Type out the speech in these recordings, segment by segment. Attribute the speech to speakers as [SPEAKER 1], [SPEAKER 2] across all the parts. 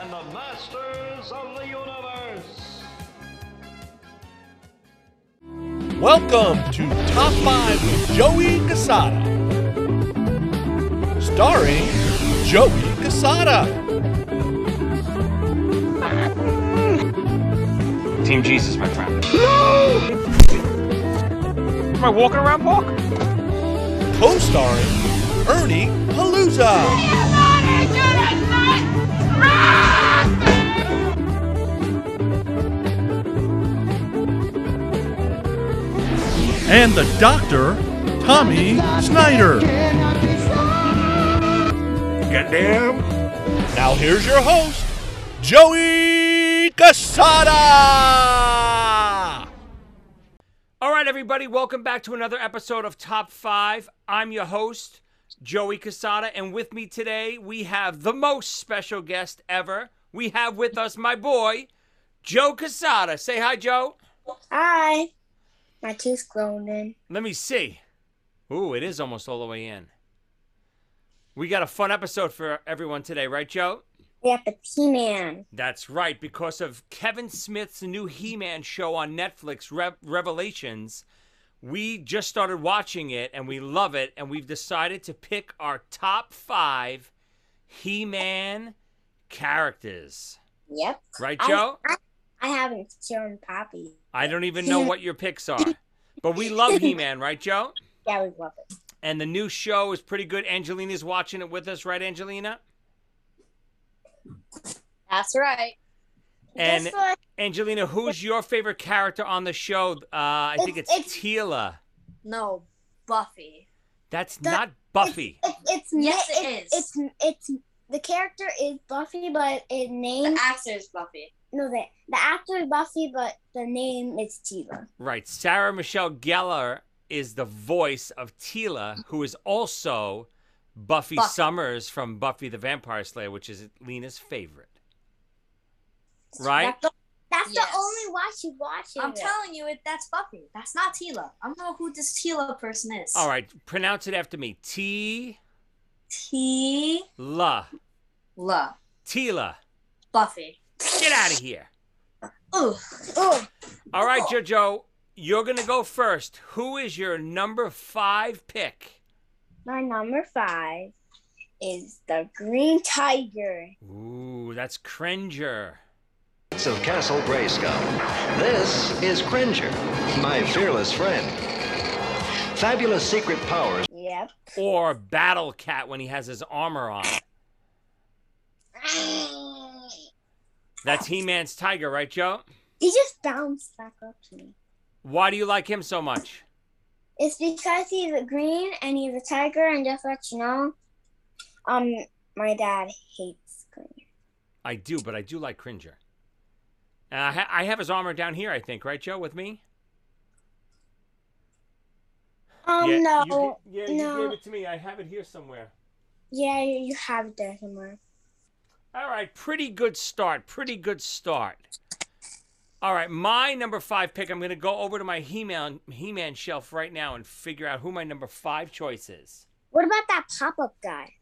[SPEAKER 1] and the masters of the universe.
[SPEAKER 2] Welcome to Top 5 with Joey Casada. Starring Joey Casada.
[SPEAKER 3] Team Jesus, my friend. Am I walking around, Pork?
[SPEAKER 2] Co starring Ernie Palooza. And the doctor, Tommy Snyder.
[SPEAKER 3] Goddamn.
[SPEAKER 2] Now here's your host, Joey Casada.
[SPEAKER 4] All right, everybody, welcome back to another episode of Top 5. I'm your host, Joey Casada, and with me today we have the most special guest ever. We have with us my boy, Joe Casada. Say hi, Joe.
[SPEAKER 5] Hi. My tooth's glowing.
[SPEAKER 4] Let me see. Ooh, it is almost all the way in. We got a fun episode for everyone today, right, Joe?
[SPEAKER 5] We have the P-Man.
[SPEAKER 4] That's right, because of Kevin Smith's new He Man show on Netflix, Re- Revelations. We just started watching it and we love it, and we've decided to pick our top five He Man characters.
[SPEAKER 5] Yep.
[SPEAKER 4] Right,
[SPEAKER 5] I-
[SPEAKER 4] Joe?
[SPEAKER 5] I, I haven't shown Poppy.
[SPEAKER 4] I don't even know what your picks are, but we love He Man, right, Joe?
[SPEAKER 5] Yeah, we love it.
[SPEAKER 4] And the new show is pretty good. Angelina's watching it with us, right, Angelina?
[SPEAKER 6] That's right.
[SPEAKER 4] And
[SPEAKER 5] Just like
[SPEAKER 4] Angelina, who's your favorite character on the show? Uh, I think it's,
[SPEAKER 5] It's- it's-
[SPEAKER 4] Tila.
[SPEAKER 6] No, Buffy.
[SPEAKER 4] That's
[SPEAKER 5] That-
[SPEAKER 4] not Buffy.
[SPEAKER 5] It, it's
[SPEAKER 6] Yes,
[SPEAKER 5] na-
[SPEAKER 6] it is.
[SPEAKER 5] It's, it's the character is Buffy, but it
[SPEAKER 6] The
[SPEAKER 5] name
[SPEAKER 6] actor is Buffy.
[SPEAKER 5] no the the actor is Buffy, but the name is Tila.
[SPEAKER 4] Right. Sarah Michelle Gellar is the voice of Tila, who is also Buffy,
[SPEAKER 6] Buffy.
[SPEAKER 4] Summers from Buffy the Vampire Slayer, which is Lena's favorite. Right?
[SPEAKER 5] That's the, that's
[SPEAKER 6] Yes.
[SPEAKER 5] the only watch you watch it.
[SPEAKER 6] I'm telling you, it that's Buffy. That's not Tila. I don't know who this Tila person is.
[SPEAKER 4] All right. Pronounce it after me. T
[SPEAKER 6] Tila.
[SPEAKER 4] la. Tila.
[SPEAKER 6] Buffy.
[SPEAKER 4] Get out of here.
[SPEAKER 6] Ooh.
[SPEAKER 5] Ooh,
[SPEAKER 4] All right, JoJo. You're going to go first. Who is your number five pick?
[SPEAKER 5] my number five is the Green Tiger.
[SPEAKER 4] Ooh, that's Cringer.
[SPEAKER 1] Knights of Castle Grayskull. This is Cringer, my fearless friend. Fabulous secret powers.
[SPEAKER 5] Yep.
[SPEAKER 4] Or Battle Cat when he has his armor on. That's He Man's Tiger, right, Joe?
[SPEAKER 5] He just bounced back up to me.
[SPEAKER 4] Why do you like him so much?
[SPEAKER 5] It's because he's a green and he's a tiger, and just let you know, um, my dad hates green.
[SPEAKER 4] I do, but I do like Cringer. And I, ha- I have his armor down here, I think, right, Joe, with me?
[SPEAKER 5] Um, no,
[SPEAKER 4] yeah,
[SPEAKER 5] you No. gave
[SPEAKER 4] it to me. I have it here somewhere.
[SPEAKER 5] yeah, you you have that humor.
[SPEAKER 4] All right, pretty good start. Pretty good start. All right, my number five pick. I'm going to go over to my He-Man He-Man shelf right now and figure out who my number five choice is.
[SPEAKER 5] What about that pop-up guy?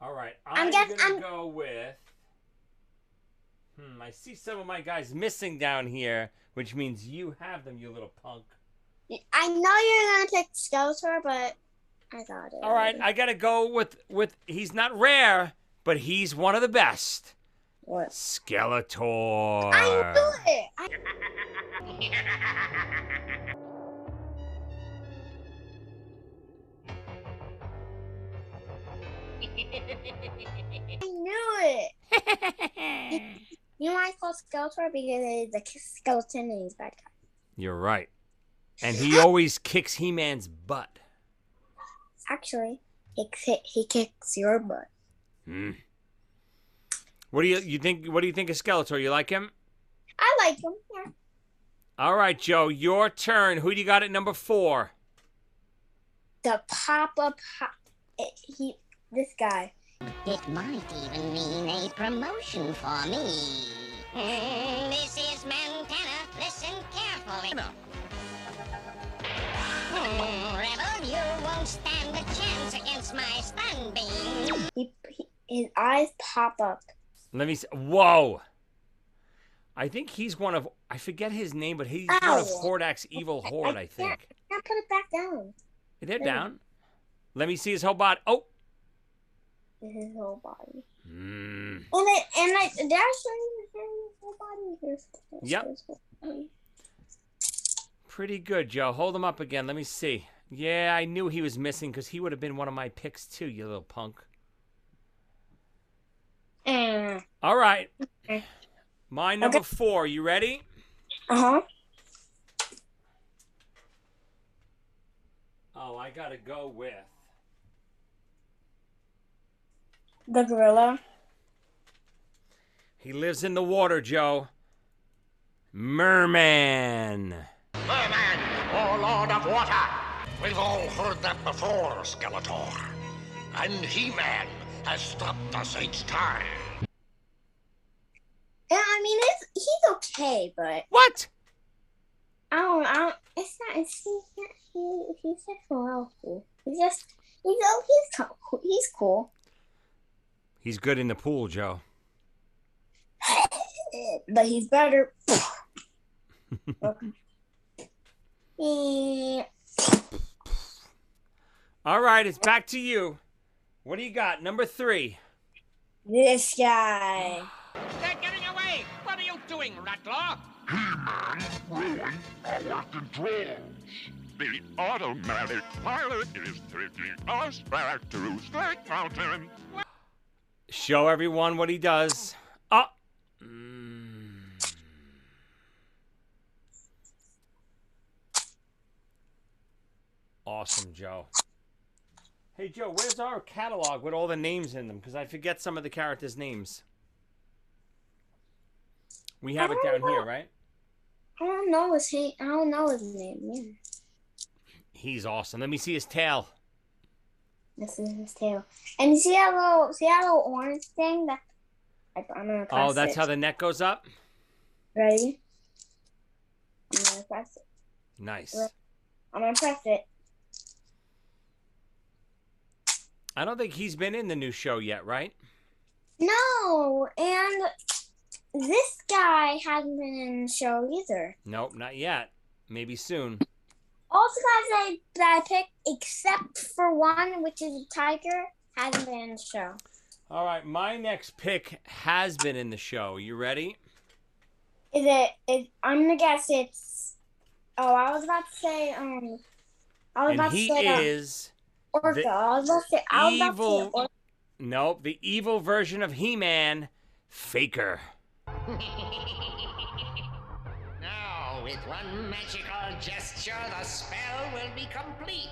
[SPEAKER 4] All right, I'm,
[SPEAKER 5] I'm guess-
[SPEAKER 4] gonna
[SPEAKER 5] I'm-
[SPEAKER 4] go with. Hmm, I see some of my guys missing down here, which means you have them, you little punk.
[SPEAKER 5] I know you're gonna pick Skeletor, but I got it.
[SPEAKER 4] All right, I gotta go with with. He's not rare, but he's one of the best.
[SPEAKER 5] What?
[SPEAKER 4] Skeletor.
[SPEAKER 5] I
[SPEAKER 4] Uh,
[SPEAKER 5] knew it. I, I knew it. You know why I call Skeletor because he's a k- skeleton and he's a bad guy.
[SPEAKER 4] You're right, and he always kicks He-Man's butt.
[SPEAKER 5] Actually, he ki- he kicks your butt.
[SPEAKER 4] Hmm. What do you you think? What do you think of Skeletor? You like him?
[SPEAKER 5] I like him. Yeah.
[SPEAKER 4] All right, Joe, your turn. Who do you got at number four?
[SPEAKER 5] The pop-up, ho- he this guy.
[SPEAKER 7] It might even mean a promotion for me. Mm, This is Montana. Listen carefully. Mm, Rebel, you won't stand a chance against my stun beam.
[SPEAKER 5] He, he his eyes pop up.
[SPEAKER 4] Let me. See. Whoa. I think he's one of. I forget his name, but he's one of
[SPEAKER 5] Ow.
[SPEAKER 4] Hordak's evil horde. I
[SPEAKER 5] can't-
[SPEAKER 4] think
[SPEAKER 5] I can't put it back down.
[SPEAKER 4] they're
[SPEAKER 5] Yeah.
[SPEAKER 4] down. Let me see his whole body. Oh.
[SPEAKER 5] This is his whole body.
[SPEAKER 4] Mm.
[SPEAKER 5] And it, and like that's not even his whole body. Here's- here's
[SPEAKER 4] Yep.
[SPEAKER 5] his whole body.
[SPEAKER 4] Pretty good, Joe. Hold him up again. Let me see. Yeah, I knew he was missing because he would have been one of my picks too, you little punk.
[SPEAKER 5] Mm.
[SPEAKER 4] All right.
[SPEAKER 5] Okay.
[SPEAKER 4] My number four. You ready?
[SPEAKER 5] Uh huh.
[SPEAKER 4] Oh, I gotta go with.
[SPEAKER 5] The gorilla.
[SPEAKER 4] He lives in the water, Joe. Merman.
[SPEAKER 8] Merman, O Lord of Water! We've all heard that before, Skeletor. And He-Man has stopped us each time.
[SPEAKER 5] Yeah, I mean it's he's okay, but
[SPEAKER 4] What?
[SPEAKER 5] I don't. I don't it's not. It's, he's not. He, he's just wealthy. He's just. He's oh, he's co- he's cool.
[SPEAKER 4] He's good in the pool, Joe.
[SPEAKER 5] but he's better. yeah.
[SPEAKER 4] All right, it's back to you. What do you got? Number three.
[SPEAKER 5] This guy.
[SPEAKER 8] They're getting away! What are you doing, Ratlaw?
[SPEAKER 9] He-Man ruined our controls. The automatic pilot is taking us back to Snake Mountain.
[SPEAKER 4] Show everyone what he does. Oh. Mm. Awesome, Joe. Hey, Joe, where's our catalog with all the names in them? Because I forget some of the characters' names. We have it down here, right?
[SPEAKER 5] I don't know his name. I don't know his name. Yeah.
[SPEAKER 4] He's awesome. Let me see his tail.
[SPEAKER 5] This is his tail. And you see that little, see that little orange thing that I, I'm gonna press
[SPEAKER 4] Oh, that's
[SPEAKER 5] it.
[SPEAKER 4] how the neck goes up?
[SPEAKER 5] Ready? I'm gonna press it.
[SPEAKER 4] Nice.
[SPEAKER 5] I'm gonna press it.
[SPEAKER 4] I don't think he's been in the new show yet, right?
[SPEAKER 5] No, and this guy hasn't been in the show either.
[SPEAKER 4] Nope, not yet. Maybe soon.
[SPEAKER 5] All the guys that I, that I picked, except for one, which is a tiger, hasn't been in the show.
[SPEAKER 4] All right, my next pick has been in the show. You ready?
[SPEAKER 5] Is it? Is, I'm gonna guess it's. Oh, I was about to say. Um, I was
[SPEAKER 4] And
[SPEAKER 5] about
[SPEAKER 4] he
[SPEAKER 5] to say uh,
[SPEAKER 4] is
[SPEAKER 5] orca.
[SPEAKER 4] the
[SPEAKER 5] I was about to say. I was about to
[SPEAKER 4] evil.
[SPEAKER 5] say orca.
[SPEAKER 4] Nope, the evil version of He-Man, Faker.
[SPEAKER 7] now, with one magical gesture, the spell will be complete.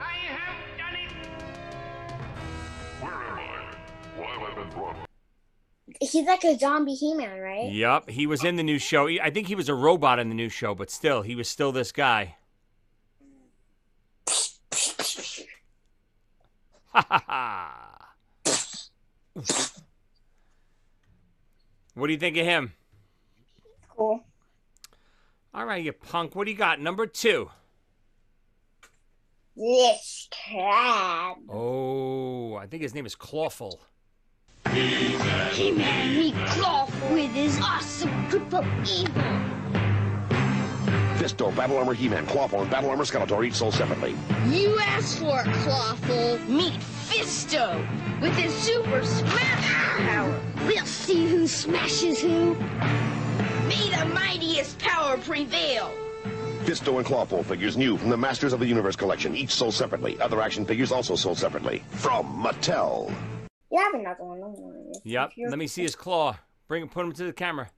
[SPEAKER 8] I have done it!
[SPEAKER 9] Where am I? Why have I been brought
[SPEAKER 5] He's like a zombie He-Man, right?
[SPEAKER 4] Yep, he was in the new show. He- I think he was a robot in the new show, but still, he was still this guy. Ha ha ha! What do you think of him?
[SPEAKER 5] Cool.
[SPEAKER 4] All right, you punk. What do you got? Number two.
[SPEAKER 5] This crab.
[SPEAKER 4] Oh, I think his name is Clawful.
[SPEAKER 7] He-Man we claw with his awesome grip of evil.
[SPEAKER 9] Fisto, Battle Armor He-Man, Clawful, and Battle Armor Skeletor, each sold separately.
[SPEAKER 7] You asked for it, Clawful. Meet Fisto with his super smash power. We'll see who smashes who. May the mightiest power prevail.
[SPEAKER 9] Fisto and Clawful figures new from the Masters of the Universe collection, each sold separately. Other action figures also sold separately. From Mattel.
[SPEAKER 5] You have another one. Don't worry. If
[SPEAKER 4] Yep.
[SPEAKER 5] you're-
[SPEAKER 4] Let me see his claw. Bring put him to the camera.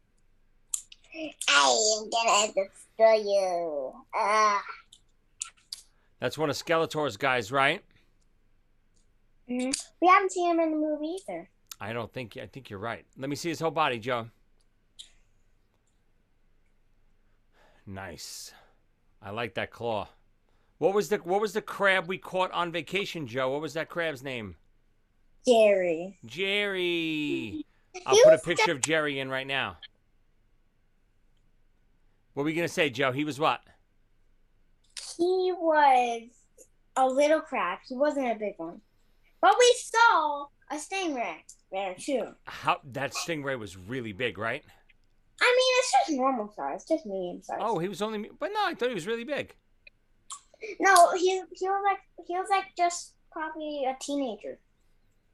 [SPEAKER 5] I am gonna destroy you. Ah.
[SPEAKER 4] That's one of Skeletor's guys, right?
[SPEAKER 5] Mhm. We haven't seen him in the movie either.
[SPEAKER 4] I don't think I think you're right. Let me see his whole body, Joe. Nice. I like that claw. What was the What was the crab we caught on vacation, Joe? What was that crab's name?
[SPEAKER 5] Jerry.
[SPEAKER 4] Jerry. I'll
[SPEAKER 5] You
[SPEAKER 4] put a
[SPEAKER 5] said-
[SPEAKER 4] picture of Jerry in right now. What were you gonna say, Joe? He was what?
[SPEAKER 5] He was a little crab. He wasn't a big one. But we saw a stingray there too.
[SPEAKER 4] How that stingray was really big, right?
[SPEAKER 5] I mean, it's just normal size, just medium size.
[SPEAKER 4] Oh, he was only. me- But no, I thought he was really big.
[SPEAKER 5] No, he he was like he was like just probably a teenager,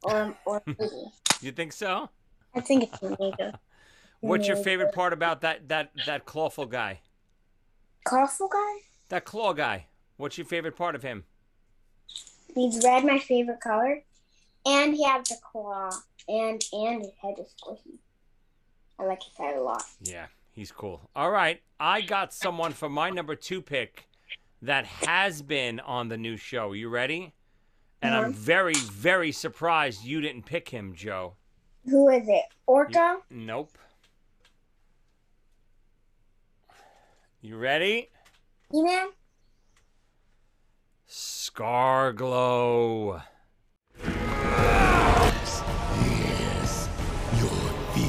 [SPEAKER 5] or or maybe.
[SPEAKER 4] You think so?
[SPEAKER 5] I think a teenager.
[SPEAKER 4] What's your
[SPEAKER 5] Yeah.
[SPEAKER 4] favorite part about that that that clawful guy?
[SPEAKER 5] Colorful guy.
[SPEAKER 4] That claw guy. What's your favorite part of him?
[SPEAKER 5] He's red, my favorite color, and he has a claw, and and his head is squishy. I like his head a lot.
[SPEAKER 4] Yeah, he's cool. All right, I got someone for my number two pick that has been on the new show. You ready? And I'm very, very surprised you didn't pick him, Joe.
[SPEAKER 5] Who is it? Orca.
[SPEAKER 4] Nope. You ready?
[SPEAKER 5] You man.
[SPEAKER 4] Scarglow.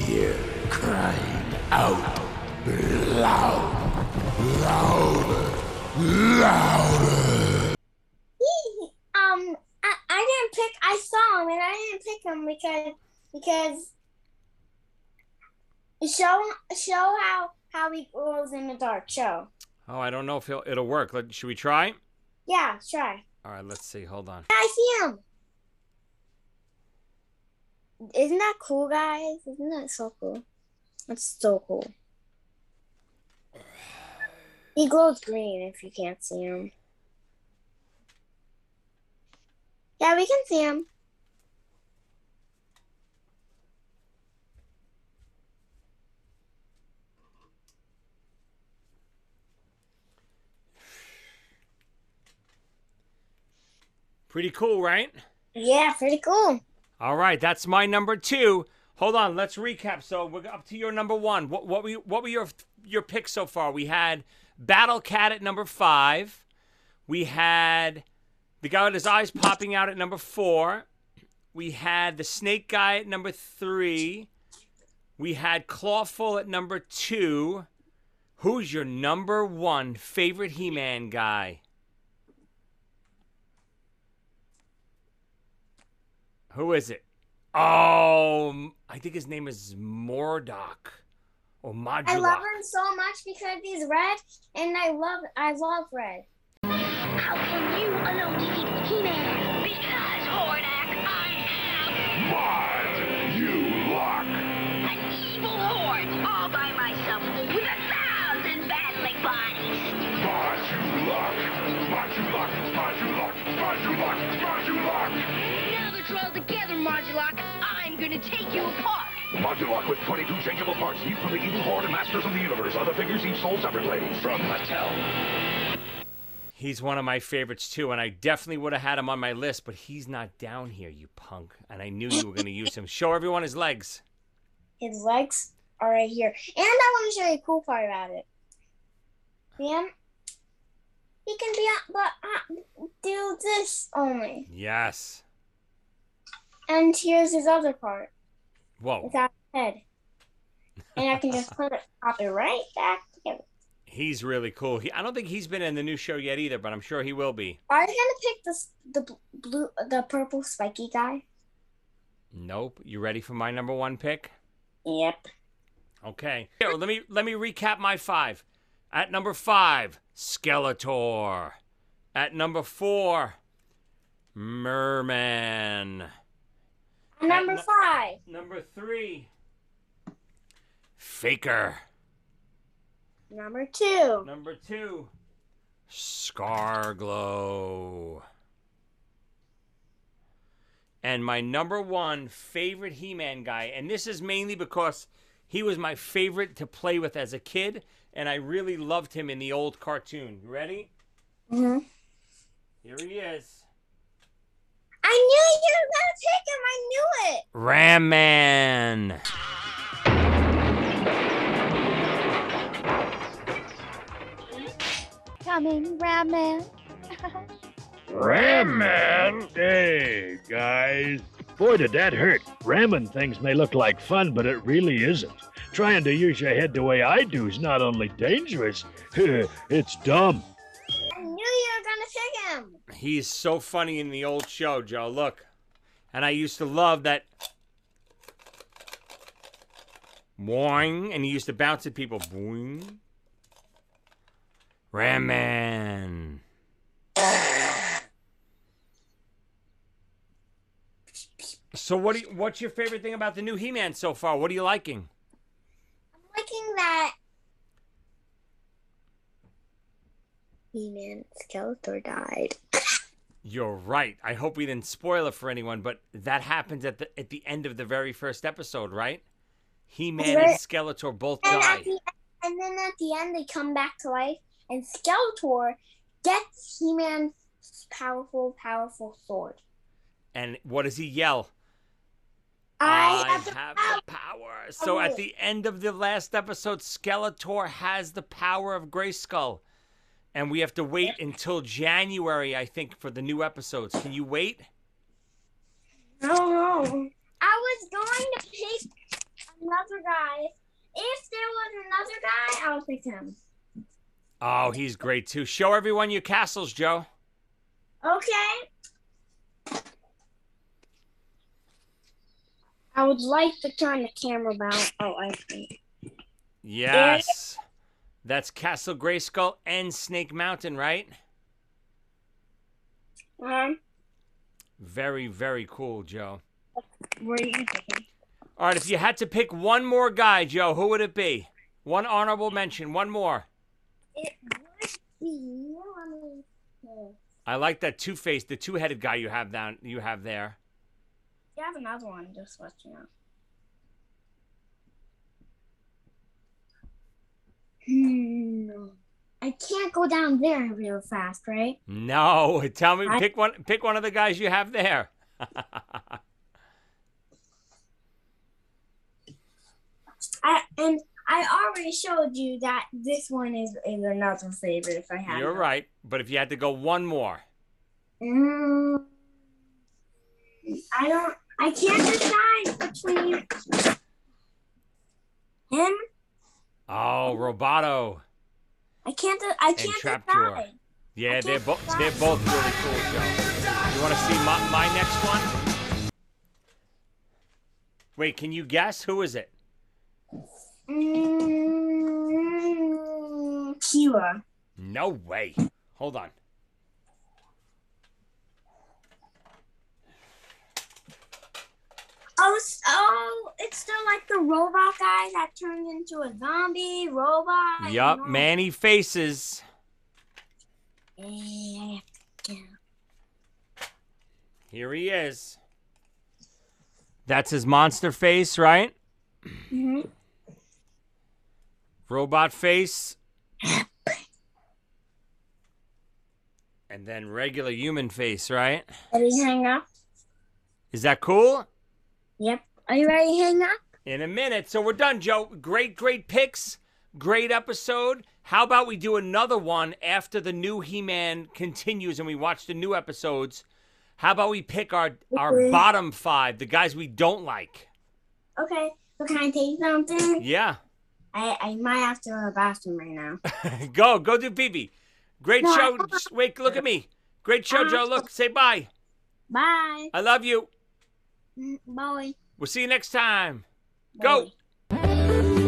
[SPEAKER 10] fear crying out loud, louder, louder.
[SPEAKER 5] He, um, I, I didn't pick. I saw him, and I didn't pick him because because show show how how he glows in the dark. Show.
[SPEAKER 4] Oh, I don't know if he'll, it'll work. Let, should we try?
[SPEAKER 5] Yeah, try.
[SPEAKER 4] All right, let's see. Hold on.
[SPEAKER 5] I see him. Isn't that cool, guys? Isn't that so cool? That's so cool. He glows green if you can't see him. Yeah, we can see him.
[SPEAKER 4] Pretty cool, right?
[SPEAKER 5] Yeah, pretty cool.
[SPEAKER 4] All right, that's my number two. Hold on, let's recap. So we're up to your number one. What what were you- what were your your picks so far? We had Battle Cat at number five. We had the guy with his eyes popping out at number four. We had the snake guy at number three. We had Clawful at number two. Who's your number one favorite He-Man guy? Who is it? Oh, m- I think his name is Mordock or Modulok.
[SPEAKER 5] I love him so much because he's red, and I love I love red.
[SPEAKER 7] How can you alone defeat He-Man? Because, Hordak, I am... Marge, you lock! An evil horde, all by myself, with a thousand battling bodies.
[SPEAKER 9] Marge, you luck. Marge, you luck. Marge, you luck. Marge, you luck. Marge, you luck.
[SPEAKER 7] Now that you're all together, Margelock, I'm gonna take you apart.
[SPEAKER 9] Modulok with 22 changeable parts, he's from the evil horde and masters of the universe. Other figures each sold separately. From Mattel.
[SPEAKER 4] He's one of my favorites too, and I definitely would have had him on my list, but he's not down here, you punk. And I knew you were going to use him. Show everyone his legs.
[SPEAKER 5] His legs are right here, and I want to show you a cool part about it. See him? He can be on, but uh, do this only.
[SPEAKER 4] Yes.
[SPEAKER 5] And here's his other part
[SPEAKER 4] Whoa.
[SPEAKER 5] without his head, and I can just put it pop it right back together.
[SPEAKER 4] He's really cool. He, I don't think he's been in the new show yet either, but I'm sure he will be.
[SPEAKER 5] Are you gonna pick this the bl- blue the purple spiky guy?
[SPEAKER 4] Nope. You ready for my number one pick?
[SPEAKER 5] Yep.
[SPEAKER 4] Okay. Here, let me let me recap my five. At number five, Skeletor. At number four, Merman.
[SPEAKER 5] Number
[SPEAKER 4] nu-
[SPEAKER 5] five.
[SPEAKER 4] Number three, Faker.
[SPEAKER 5] Number two.
[SPEAKER 4] Number two. Scarglow. And my number one favorite He Man guy. And this is mainly because he was my favorite to play with as a kid. And I really loved him in the old cartoon. You ready?
[SPEAKER 5] hmm
[SPEAKER 4] Here he is.
[SPEAKER 5] I knew you were gonna
[SPEAKER 4] Ram
[SPEAKER 5] pick him. I knew it.
[SPEAKER 4] Man.
[SPEAKER 7] Coming, Ramen.
[SPEAKER 11] Ram man! Hey, guys. Boy, did that hurt. Ramming things may look like fun, but it really isn't. Trying to use your head the way I do is not only dangerous, it's dumb.
[SPEAKER 5] I knew you were gonna pick him.
[SPEAKER 4] He's so funny in the old show, Joe. Look. And I used to love that. Boing. And he used to bounce at people. Boing. Ram Man. So what do you, what's your favorite thing about the new He-Man so far? What are you liking?
[SPEAKER 5] Liking that. He-Man Skeletor died.
[SPEAKER 4] You're right. I hope we didn't spoil it for anyone, but that happens at the at the end of the very first episode, right? He-Man and
[SPEAKER 5] Right.
[SPEAKER 4] Skeletor both
[SPEAKER 5] And, at
[SPEAKER 4] die.
[SPEAKER 5] the, and then at the end, they come back to life, and Skeletor gets He-Man's powerful, powerful sword.
[SPEAKER 4] And what does he yell?
[SPEAKER 5] I have the
[SPEAKER 4] power. So at the end of the last episode, Skeletor has the power of Grayskull. And we have to wait until January, I think, for the new episodes. Can you wait?
[SPEAKER 5] I don't know. I was going to pick another guy. If there was another guy, I would pick him.
[SPEAKER 4] Oh, he's great too. Show everyone your castles, Joe.
[SPEAKER 5] Okay. I would like to turn the camera down. Oh, I see.
[SPEAKER 4] Yes. That's Castle Grayskull and Snake Mountain, right?
[SPEAKER 5] Um,
[SPEAKER 4] Very, very cool, Joe.
[SPEAKER 5] where are you going?
[SPEAKER 4] All right, if you had to pick one more guy, Joe, who would it be? One honorable mention, one more.
[SPEAKER 5] It would be. Let me see.
[SPEAKER 4] I like that two faced, the two headed guy you have down you have there.
[SPEAKER 5] You have another one, just let you know. Hmm. no. I can't go down there real fast, right?
[SPEAKER 4] No, tell me
[SPEAKER 5] I-
[SPEAKER 4] pick one pick one of the guys you have there.
[SPEAKER 5] I and I already showed you that this one is, is another favorite if I have.
[SPEAKER 4] You're right. But if you had to go one more.
[SPEAKER 5] Mm, I don't. I can't decide between him.
[SPEAKER 4] Oh, Roboto
[SPEAKER 5] I can't. de- I
[SPEAKER 4] and
[SPEAKER 5] can't
[SPEAKER 4] Trapdoor.
[SPEAKER 5] decide.
[SPEAKER 4] Yeah, they're both they're both really cool, Joe. You wanna see my, my next one? Wait, can you guess? Who is it?
[SPEAKER 5] Mm, Kira.
[SPEAKER 4] No way. Hold on.
[SPEAKER 5] Oh, s- oh, it's still like the robot guy that turns into a zombie robot. Oh,
[SPEAKER 4] Yup, Manny Faces.
[SPEAKER 5] Yeah.
[SPEAKER 4] Here he is. That's his monster face, right?
[SPEAKER 5] hmm
[SPEAKER 4] Robot face. and then regular human face, right?
[SPEAKER 5] Ready to hang up?
[SPEAKER 4] Is that cool?
[SPEAKER 5] Yep. Are you ready to hang up?
[SPEAKER 4] In a minute. So we're done, Joe. Great, great picks. Great episode. How about we do another one after the new He Man continues and we watch the new episodes? How about we pick our, our
[SPEAKER 5] Okay.
[SPEAKER 4] bottom five, the guys we don't like?
[SPEAKER 5] Okay. So can I take something?
[SPEAKER 4] Yeah.
[SPEAKER 5] I I might have to go to the bathroom right now.
[SPEAKER 4] Go, go do BB. Great
[SPEAKER 5] No, I
[SPEAKER 4] show. Just Wait, look at me. Great show, Joe. Look, say bye.
[SPEAKER 5] Bye.
[SPEAKER 4] I love you.
[SPEAKER 5] Mm, Bye.
[SPEAKER 4] We'll see you next time. Go.
[SPEAKER 5] Bye.